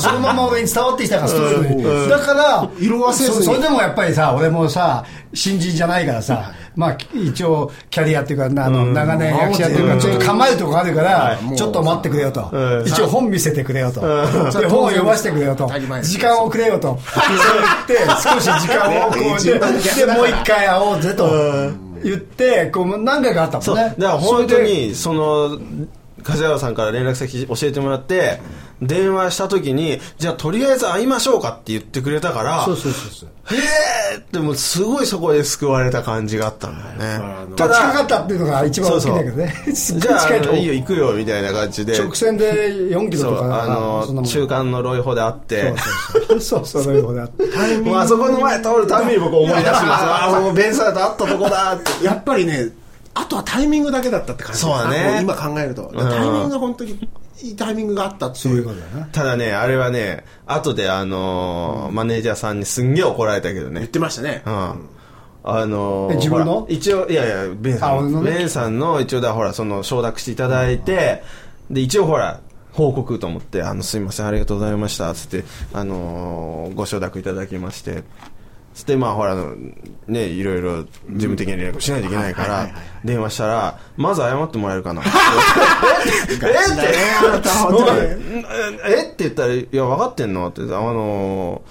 Speaker 4: そのまま上に伝わってきたからストーリーにだから
Speaker 2: 色褪せずに
Speaker 4: そそれでもやっぱりさ俺もさ新人じゃないからさ、まあ、一応キャリアっていうかなあの長年役者っていうかちょっと構えるとこあるからちょっと待ってくれよと一応本見せてくれよとで本を読ませてくれよと
Speaker 2: り前です
Speaker 4: 時間をくれよ とそう言って少し時間をこ
Speaker 2: ね
Speaker 4: うで
Speaker 2: 一番逆だ
Speaker 4: で
Speaker 2: から
Speaker 4: もう一回会おうぜと言ってこう何回かあった
Speaker 1: そ
Speaker 4: も
Speaker 1: うんだ
Speaker 4: ね
Speaker 1: から本当
Speaker 4: それで
Speaker 1: にその梶原さんから連絡先教えてもらって電話した時にじゃあとりあえず会いましょうかって言ってくれたから
Speaker 4: そうそうそうそう
Speaker 1: へえってもうすごいそこで救われた感じがあったんだよね
Speaker 4: 立ちかかったっていうのが一番大きいんだけどねすっ
Speaker 1: じ
Speaker 4: ごい
Speaker 1: ゃあ
Speaker 4: 近いと
Speaker 1: あのいいよ行くよみたいな感じで
Speaker 4: 直線で4キロ
Speaker 1: そ
Speaker 4: と
Speaker 1: う
Speaker 4: か
Speaker 1: あ
Speaker 4: そんな
Speaker 1: の
Speaker 4: もん
Speaker 1: 中間のロイホで会って
Speaker 4: そうそうそういうことだ
Speaker 1: もうあそこの前通るたびに僕思い出します ああもうベンサーと会ったとこだって
Speaker 2: やっぱりね、あとはタイミングだけだったって感じ
Speaker 1: そうだね
Speaker 2: あも今考えると。タイミングが本当に、いいタイミングがあったって
Speaker 4: そう
Speaker 2: い。
Speaker 4: いううことだな
Speaker 1: ただねあれはね後であのーマネージャーさんにすんげえ怒られたけど
Speaker 2: 言っ
Speaker 1: ね
Speaker 2: てましたね
Speaker 1: う。んあのー
Speaker 4: え自分の
Speaker 1: ほら一応いやいやベン
Speaker 4: あ
Speaker 1: さ
Speaker 4: 俺
Speaker 1: ん
Speaker 4: のね
Speaker 1: ベンさんの一応だほらその承諾していただいてで一応ほら報告と思って「あのすいませんありがとうございました」つって、あのーご承諾いただきましてつってまあほらあのねいろいろ事務的な連絡をしないといけないか
Speaker 2: はい
Speaker 1: ら
Speaker 2: はいはい
Speaker 1: 電話したら「まず謝ってもらえるかな」 えって
Speaker 2: ガチだねあなた本当
Speaker 1: ん
Speaker 2: に
Speaker 1: えって言ったら「いや分かってんの?」って「あの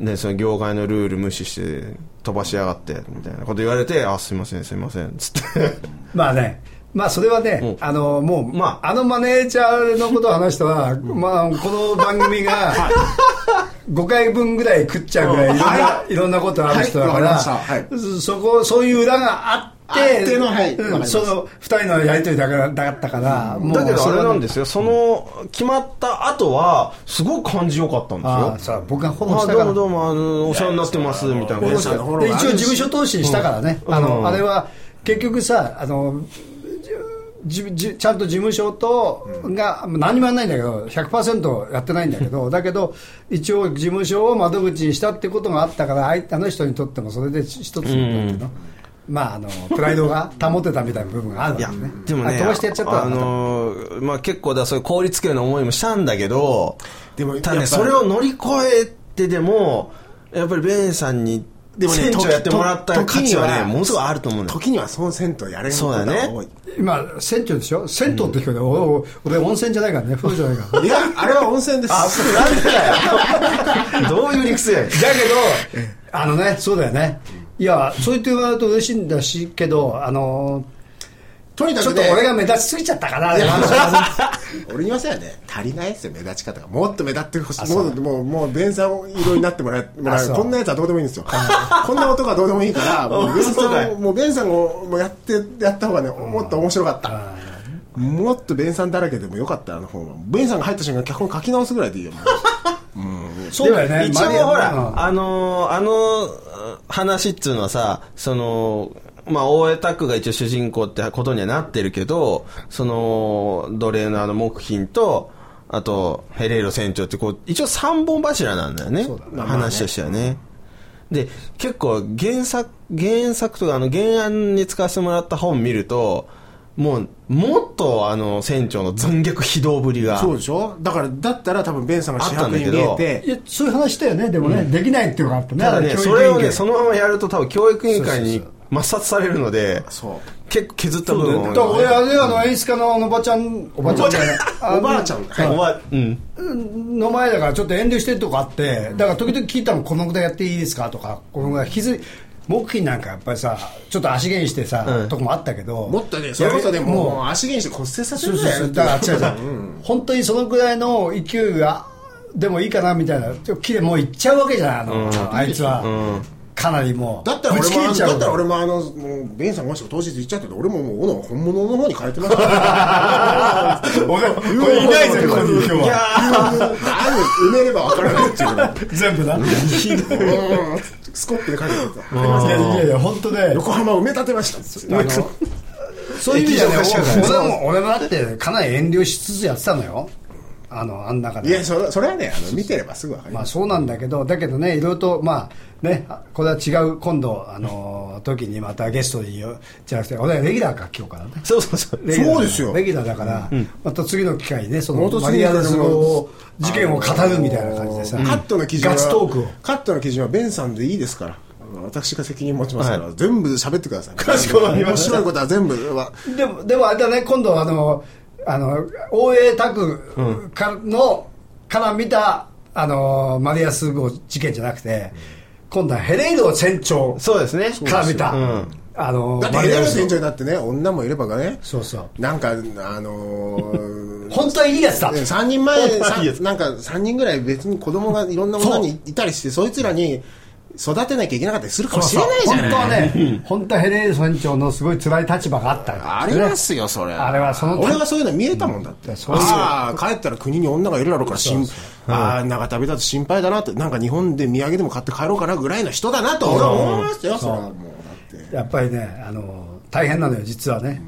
Speaker 1: ねその業界のルール無視して飛ばしやがって」みたいなこと言われて「あすいませんすいません」つって
Speaker 4: まあねまあそれはね、
Speaker 1: うん
Speaker 4: あのもう、
Speaker 1: ま
Speaker 4: まあ、あのマネージャーのことを話したら、まあ、この番 組が5回分ぐらい食っちゃうぐらいいろんな,、、
Speaker 2: はい
Speaker 4: ろんなことある人だか
Speaker 2: はいわ
Speaker 4: ら、
Speaker 2: かりま
Speaker 4: そこそういう裏があって
Speaker 2: あってのはいわかり
Speaker 4: う
Speaker 2: ま
Speaker 4: ん、
Speaker 2: し
Speaker 4: そ
Speaker 2: た
Speaker 4: の2人のやりとりだからだったから、もう
Speaker 1: だけどあれなんですすよその決まった後はすごく感じよかったんです
Speaker 4: あ
Speaker 1: よ
Speaker 4: あさあ僕がフォロー
Speaker 1: あ
Speaker 4: した
Speaker 1: ど
Speaker 4: か
Speaker 1: うも
Speaker 4: ら
Speaker 1: どうもあのお世話になってますみたいなこと
Speaker 2: さんのフォロー
Speaker 4: で一
Speaker 2: があるし
Speaker 4: 応事務所投資にしたからね、
Speaker 1: うん
Speaker 4: あ
Speaker 1: うん
Speaker 4: のあれは結局さあのじじじちゃんと事務所とが何もやらないんだけど100%やってないんだけ どだけど一応事務所を窓口にしたってことがあったからあいあの人にとってもそれで一つなんていうの、まああのプライドが保てたみたいな部分があるわ
Speaker 1: いや
Speaker 4: けね
Speaker 1: でもね
Speaker 4: あ飛ばしてやっちゃったら
Speaker 1: あのーまあ結構だそういう効率けの思いもしたんだけど
Speaker 2: でも
Speaker 1: ただ
Speaker 2: や
Speaker 1: ね
Speaker 2: っぱ
Speaker 1: それを乗り越えてでもやっぱりベンさんに
Speaker 2: でもね
Speaker 1: 船長やってもらった
Speaker 2: 時
Speaker 1: 価値は
Speaker 2: 時に
Speaker 1: ね
Speaker 2: は
Speaker 1: ものすごいあると思うんだよ
Speaker 2: 時にはその銭湯やれんこと
Speaker 1: そうだね
Speaker 2: が多い。
Speaker 4: 今船長でしょ銭湯って聞こえた、おお俺温泉じゃないからね風呂じゃないから
Speaker 2: いや、あれは温泉です。
Speaker 1: あそうなんでだよどういう理屈やねん
Speaker 4: だけど、あのね、そうだよね。いや、そう言ってもらうと嬉しいんだし、けど、あの
Speaker 2: とにか
Speaker 4: ちょ
Speaker 2: く
Speaker 4: っと
Speaker 2: ね、
Speaker 4: 俺が目立ちすぎちゃったかな、でも
Speaker 2: 俺に言わせやね、足りないですよ、目立ち方が。もっと目立ってほしい。
Speaker 4: そ
Speaker 2: も
Speaker 4: う
Speaker 2: う、もう、もう、ベンさん色になってもらえ、もら
Speaker 4: あ
Speaker 2: え
Speaker 4: そう
Speaker 2: こんなやつはどうでもいいんですよ。こんな男はどうでもいい から、もう、ベン
Speaker 1: そうか
Speaker 2: さん
Speaker 1: い
Speaker 2: を、もう、ベンさんを、もうやって、やった方がね、もっと面白かった。もっとベンさんだらけでもよかった、あの方は。ベンさんが入った瞬間、脚本書き直すぐらいでいい よ。もう
Speaker 4: そうだよね、
Speaker 1: 一
Speaker 4: マリア
Speaker 1: 応
Speaker 4: も
Speaker 1: ほら、
Speaker 4: うん
Speaker 1: あのーあのー話っつうのはさ、その、まあ、大江拓が一応主人公ってことにはなってるけど、その、奴隷のあの、木品と、あと、ヘレーロ船長って、こう、一応三本柱なんだよね。話としてはね。で、結構原作、原作とか、あの、原案に使わせてもらった本見ると、もう、もっとあの、船長の残虐非道ぶりが。
Speaker 2: そうでしょだから、だったら多分、ベンさんが主役に見
Speaker 1: あった
Speaker 2: え
Speaker 1: んだけ
Speaker 2: て
Speaker 4: い、やそういう話だよね、でもね、できないっていうのがあったね、
Speaker 1: ただ
Speaker 4: あ
Speaker 1: ね、
Speaker 4: の教
Speaker 1: そ
Speaker 4: 育
Speaker 1: れを
Speaker 4: 委員
Speaker 1: ね、
Speaker 4: 会
Speaker 1: そのままやると多分教育委員会に抹殺されるので、
Speaker 2: そう。
Speaker 1: 結構削った部分
Speaker 4: だから
Speaker 1: を。
Speaker 4: 俺、あれあの演出家のあのおばちゃん、おばちゃんじゃない
Speaker 2: おばあちゃん。
Speaker 1: はいおばうん。
Speaker 4: の前だからちょっと遠慮してるとこあってだから時々聞いたのこのぐらいやっていいですかとかこのぐらい気づい木品なんかやっぱりさちょっと足毛にしてさ、
Speaker 1: うん
Speaker 4: とこもあったけど
Speaker 2: もっとね、それこそね、
Speaker 4: いや
Speaker 2: もう、もう足毛にして骨折させ
Speaker 4: そう
Speaker 2: る
Speaker 4: そうそうだから違う違う、本当にそのぐらいの勢いがでもいいかなみたいな木でもういっちゃうわけじゃないあの、あいつは、かなりもう
Speaker 2: だったら俺
Speaker 4: ぶち
Speaker 2: もあ
Speaker 4: 切
Speaker 2: の、
Speaker 4: れちゃう
Speaker 2: だったら俺もあの、もうベンさんが当日行っちゃってて、俺ももう、斧は本物の方に変えてましたから。
Speaker 4: 俺これいないぜここに今日
Speaker 2: いや
Speaker 4: は
Speaker 2: ー、埋めれば分からないっていうぐらい
Speaker 4: 全部な
Speaker 2: うんスコップで書いてあった
Speaker 4: いやいやいや本当ね
Speaker 2: 横浜を埋め立てました。あの
Speaker 4: そういう意味じゃね
Speaker 2: 液状化しちゃうからね
Speaker 4: 俺も俺もだってかなり遠慮しつつやってたのよあのあん中
Speaker 2: い
Speaker 4: で
Speaker 2: や、それそれはね、あの見てればすぐ分かり
Speaker 4: ま
Speaker 2: ま
Speaker 4: あ
Speaker 2: す。
Speaker 4: そうなんだけどだけどねいろいろとまあね、あこれは違う、今度、あのー時にまたゲストによ、じゃなくて、俺はレギュラーか、今日からね。
Speaker 1: そうそうそう。
Speaker 4: レギュラーだ
Speaker 2: そ
Speaker 4: から
Speaker 2: うですよ
Speaker 4: レギュラーだから、また次の機会にね、そ
Speaker 2: ま
Speaker 4: の
Speaker 2: た
Speaker 4: マ
Speaker 2: 次
Speaker 4: リ
Speaker 2: の
Speaker 4: ア
Speaker 2: 機会
Speaker 4: ナ
Speaker 2: に
Speaker 4: スの事件を語るみたいな感じでさ、
Speaker 2: カットの基準は
Speaker 4: ガチトークを。
Speaker 2: カットの基準はベンさんでいいですからあの私が責任持ちますから、
Speaker 1: は
Speaker 2: 全部喋ってくださいか
Speaker 1: しこまりました
Speaker 2: 面白いことは全部は
Speaker 4: でも、でもあれだね、今度はあの、あの、大江拓かの、から見た、あの、マリアス号事件じゃなくて、今度はヘレイド船長
Speaker 1: そうですね。
Speaker 4: から見た、
Speaker 1: うん
Speaker 4: あの、
Speaker 2: だって
Speaker 4: マ
Speaker 2: ヘ
Speaker 4: リ
Speaker 2: レ
Speaker 4: ア
Speaker 2: ル
Speaker 4: ス
Speaker 2: 船
Speaker 4: 号
Speaker 2: 長だってね女もいればがね
Speaker 4: そうそう。
Speaker 2: なんかあのー
Speaker 4: 本当はいいやつだ
Speaker 2: ね3人 前
Speaker 1: まあいいや
Speaker 2: さなんか三人ぐらい別に子供がいろんなものにいたりしてそいつらに育てなきゃいけなかったりするかもしれないじゃない
Speaker 4: 本当はね、本当はヘレイド船長のすごい辛い立場があったから
Speaker 2: ありますよそれ
Speaker 4: あれはその
Speaker 2: 俺はそういうの見えたもんだって、
Speaker 4: うんそうそう
Speaker 2: ああ帰ったら国に女がいるだろうから心ああ長旅だと心配だなってなんか日本で土産でも買って帰ろうかなぐらいの人だなと俺は思いましたよそれはもうだって
Speaker 4: やっぱりね、あの、大変なのよ、実はね。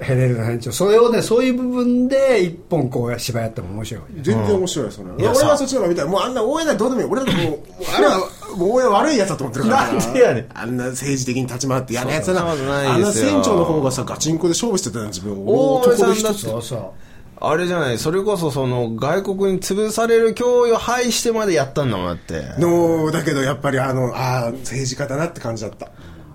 Speaker 4: ヘレイド船長。それをね、そういう部分で一本こう芝居やっても面白いね。
Speaker 2: 全然面白いよそれは、
Speaker 1: や
Speaker 2: 俺は
Speaker 1: さ
Speaker 2: そっちの方が見たいもうあんな応援なんてどうでもいい俺だってもうもうあれはもう応援悪いやつだと思ってるから
Speaker 1: なんでやねん
Speaker 2: あんな政治的に立ち回って嫌なやつだな
Speaker 1: そんなことない
Speaker 2: あん
Speaker 1: で
Speaker 2: な
Speaker 1: すよ
Speaker 2: 船長の方がさガチンコで勝負してたの自分
Speaker 1: 大森
Speaker 2: 俺
Speaker 1: さ
Speaker 2: 男
Speaker 1: ん
Speaker 2: 手一つ
Speaker 1: だ
Speaker 4: そうそう。
Speaker 1: あれじゃない、それこそその外国に潰される脅威を排してまでやったんだもんだって。
Speaker 2: のだけどやっぱりあのああ政治家だなって感じだった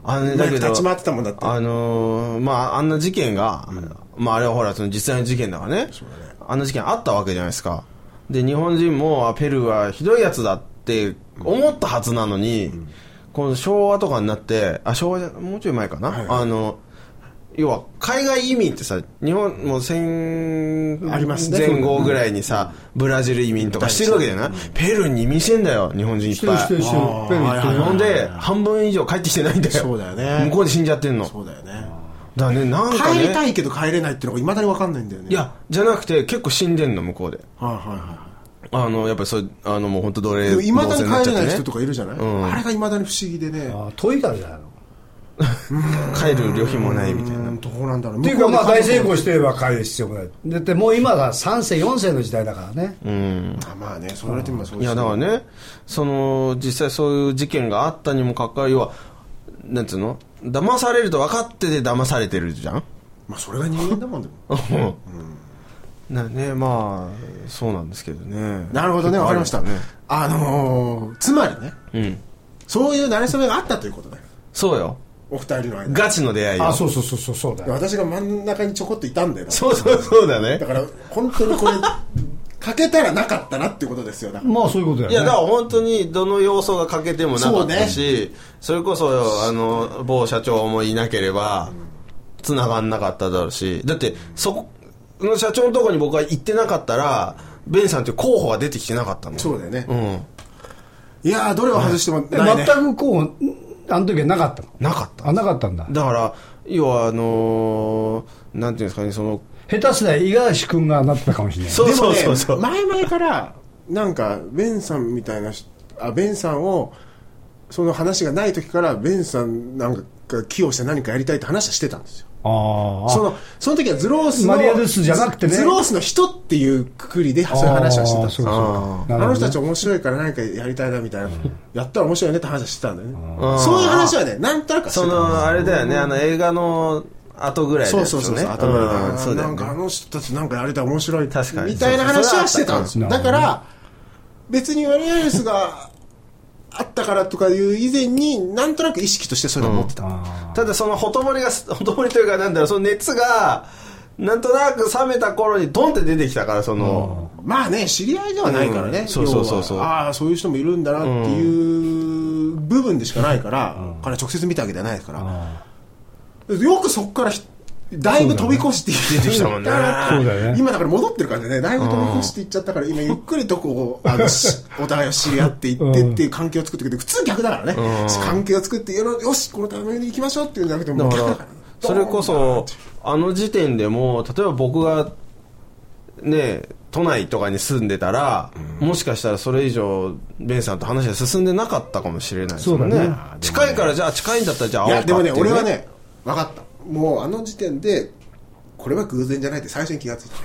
Speaker 1: あのね
Speaker 2: うまく立ち回ってたもんだって
Speaker 1: あのーまあ、あんな事件が、まあ、あれはほら、その実際の事件だからね。あんな事件あったわけじゃないですか。で、日本人も、あペルーはひどいやつだって思ったはずなのに、この昭和とかになって、あ、昭和じゃ、もうちょい前かな。
Speaker 2: はい
Speaker 1: あの、要は、海外移民ってさ、日本もう戦
Speaker 2: ありますね
Speaker 1: 前後ぐらいにさ、ブラジル移民とかしてるわけじゃない、ペルーに移民してんだよ、日本人いっぱい。
Speaker 4: してるしてる
Speaker 2: あー
Speaker 4: ペルー行ってる
Speaker 2: はいはい
Speaker 1: ほんで、半分以上帰ってきてないんだよ。
Speaker 2: そうだよね
Speaker 1: 向こうで死んじゃってんの。だか
Speaker 2: そうだよね
Speaker 1: らね、なんか
Speaker 2: 帰りた
Speaker 1: ね。
Speaker 2: いけど帰れないってのがいまだに分かんないんだよね
Speaker 1: いや、じゃなくて、結構死んでんの、向こうで。
Speaker 2: はいはいは
Speaker 1: あの、やっぱりそう、あの、もう本当奴
Speaker 2: い
Speaker 1: 隷
Speaker 2: でもいまだに
Speaker 1: 奴隷っ
Speaker 2: 帰
Speaker 1: ちゃっ
Speaker 2: れな
Speaker 1: て
Speaker 2: い
Speaker 1: ね
Speaker 2: 人とかいるじゃない、
Speaker 1: うん
Speaker 2: あれがいまだに不思議でね
Speaker 4: あー遠いからじゃないの
Speaker 1: 帰る旅費もないみたいな。
Speaker 2: うんどうなんだろう
Speaker 4: っていうかまあ大成功
Speaker 2: し
Speaker 4: してれば帰る必要もないだってもう今が3世4世の時代だからね、
Speaker 2: まあねそう言われてみればそう
Speaker 1: い
Speaker 2: です
Speaker 1: や、だからね、その、実際そういう事件があったにもかかわらず、要は、なんつうの騙されると分かってて騙されてるじゃん
Speaker 2: まあそれが人間だも んでも
Speaker 1: なね、まあ、そうなんですけどね。
Speaker 2: なるほど
Speaker 1: 結構
Speaker 2: ねわ
Speaker 1: あ
Speaker 2: かりました
Speaker 1: よね
Speaker 2: あのー、つまりね
Speaker 1: うん。
Speaker 2: そういう馴れ初めがあったということだよ
Speaker 1: そうよ。
Speaker 2: お二人の間
Speaker 1: ガチの出会いよ。
Speaker 4: あそうそうそうそうそうだよ
Speaker 2: 私が真ん中にちょこっといたんだよな
Speaker 1: そうそうそうだね
Speaker 2: だ。から本当にこれ かけたらなかったなっていうことですよだから
Speaker 4: まあそういうことだよ、
Speaker 1: い
Speaker 4: ね、
Speaker 1: や、だから本当にどの要素が欠けてもなかったし、それこそ、あの、某社長もいなければ、繋がんなかっただろうし、だって、そこの社長のところに僕が行ってなかったら、ベンさんっていう候補が出てきてなかったもん。
Speaker 2: そうだよね、
Speaker 1: うん。
Speaker 2: いやーどれを外しても
Speaker 4: え
Speaker 2: ないね
Speaker 4: 全くこうあの時はなかったの
Speaker 1: なかった。
Speaker 4: あなかったんだ
Speaker 1: だから、要はあのーなんていうんですかね、その、
Speaker 4: 下手すりゃ五十嵐君がなってたかもしれない
Speaker 1: そうそう
Speaker 2: で
Speaker 1: そ
Speaker 2: も
Speaker 1: う
Speaker 2: ね
Speaker 1: そう。
Speaker 2: 前々からなんかベンさんみたいな人あベンさんをその話がない時からベンさんなんか寄与して何かやりたいって話はしてたんですよ
Speaker 4: あ
Speaker 2: そのその時はズロースの
Speaker 4: マリアルスじゃなくてね
Speaker 2: ズロースの人っていうくくりでそういう話はしてたんですよ
Speaker 4: あーそうそう
Speaker 2: あ
Speaker 4: な
Speaker 2: の
Speaker 4: るほどね
Speaker 2: 人たち面白いから何かやりたいなみたいなやったら面白いねって話はしてたんだよねそういう話はねなんとなくはして
Speaker 1: そ
Speaker 2: た
Speaker 1: の、あれだよね、あの映画の後ぐらいの
Speaker 2: そう
Speaker 1: やつ
Speaker 2: そうそう
Speaker 1: ね。
Speaker 2: そう、頭が
Speaker 1: うんそうだよ
Speaker 2: なん
Speaker 1: ね
Speaker 2: かあ。の人たちなんかやりたい面白い
Speaker 1: 確かに
Speaker 2: みたいな話はしてたんですよ
Speaker 4: そうそ
Speaker 2: だ
Speaker 4: う
Speaker 2: から別にワリアリスがあったからとかいう以前になんとなく意識としてそれを持ってた、
Speaker 1: ただそのほとぼりがす、 ほとぼりというかなんだろう、その熱が、なんとなく冷めた頃にドンって出てきたから、その、
Speaker 2: まあね知り合いではないからね、
Speaker 1: うんそうそうそうそう
Speaker 2: 要はああそういう人もいるんだなっていう部分でしかないから、彼は直接見たわけじゃないですから、よくそこからひだいぶ飛び越してい
Speaker 1: 出てきたもんね
Speaker 2: から
Speaker 4: そうだよね
Speaker 2: 今だから戻ってる感じでね、だいぶ飛び越していっちゃったから、今ゆっくりとこう、あの、し お互いを知り合っていってっていう関係を作っていくけど、普通逆だからね。関係を作って、よろよし、このタイミングで行きましょうっていうんじゃなくて、も
Speaker 1: だ
Speaker 2: う
Speaker 1: か
Speaker 2: 逆だ
Speaker 1: ら
Speaker 2: からね。、
Speaker 1: それこそ、あの時点でも、例えば僕が、ね、都内とかに住んでたら、もしかしたらそれ以上、ベンさんと話が進んでなかったかもしれないですもん
Speaker 4: そうだね
Speaker 1: 近いから、じゃあ近いんだったらじゃあ
Speaker 2: い
Speaker 1: 会おうか
Speaker 2: や、
Speaker 1: ってい
Speaker 2: でも
Speaker 1: う、
Speaker 2: ね、俺は、ね、分かった。もうあの時点で、これは 偶然じゃないって最初に気がついた。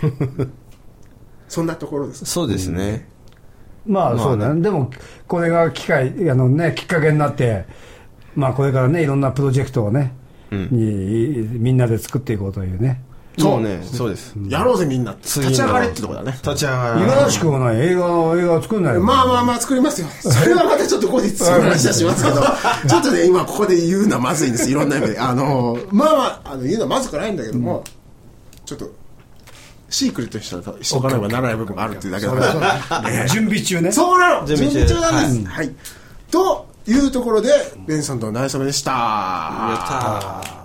Speaker 2: そんなところです。
Speaker 1: そうですね。
Speaker 4: まあそうだね、でもこれが機会あの、ね、きっかけになって、まあ、これからねいろんなプロジェクトをね、にみんなで作っていこうというね
Speaker 1: そうね、そうです。
Speaker 2: やろうぜみんな。立
Speaker 1: 次の
Speaker 2: ち上がれってとこだね。
Speaker 1: 立ち上が
Speaker 4: 五
Speaker 1: る
Speaker 4: 十。嵐君はない映画を映画を作んないよ
Speaker 2: まあまあまあ作りますよ。それはまたちょっと 後日その話はしますけど、ちょっとね、今ここで言うのはまずいんです。いろんな意味で。あの、まあまあ、あの言うのはまずくないんだけども、ちょっと、シークレットにしたらしとかなければならない部分があるっていうだけだから。
Speaker 4: 準備中ね
Speaker 2: そうなの準
Speaker 1: 準
Speaker 2: 備
Speaker 1: 備中
Speaker 2: 中なんです、はいというところでベンさんとの内緒目でした
Speaker 1: やったー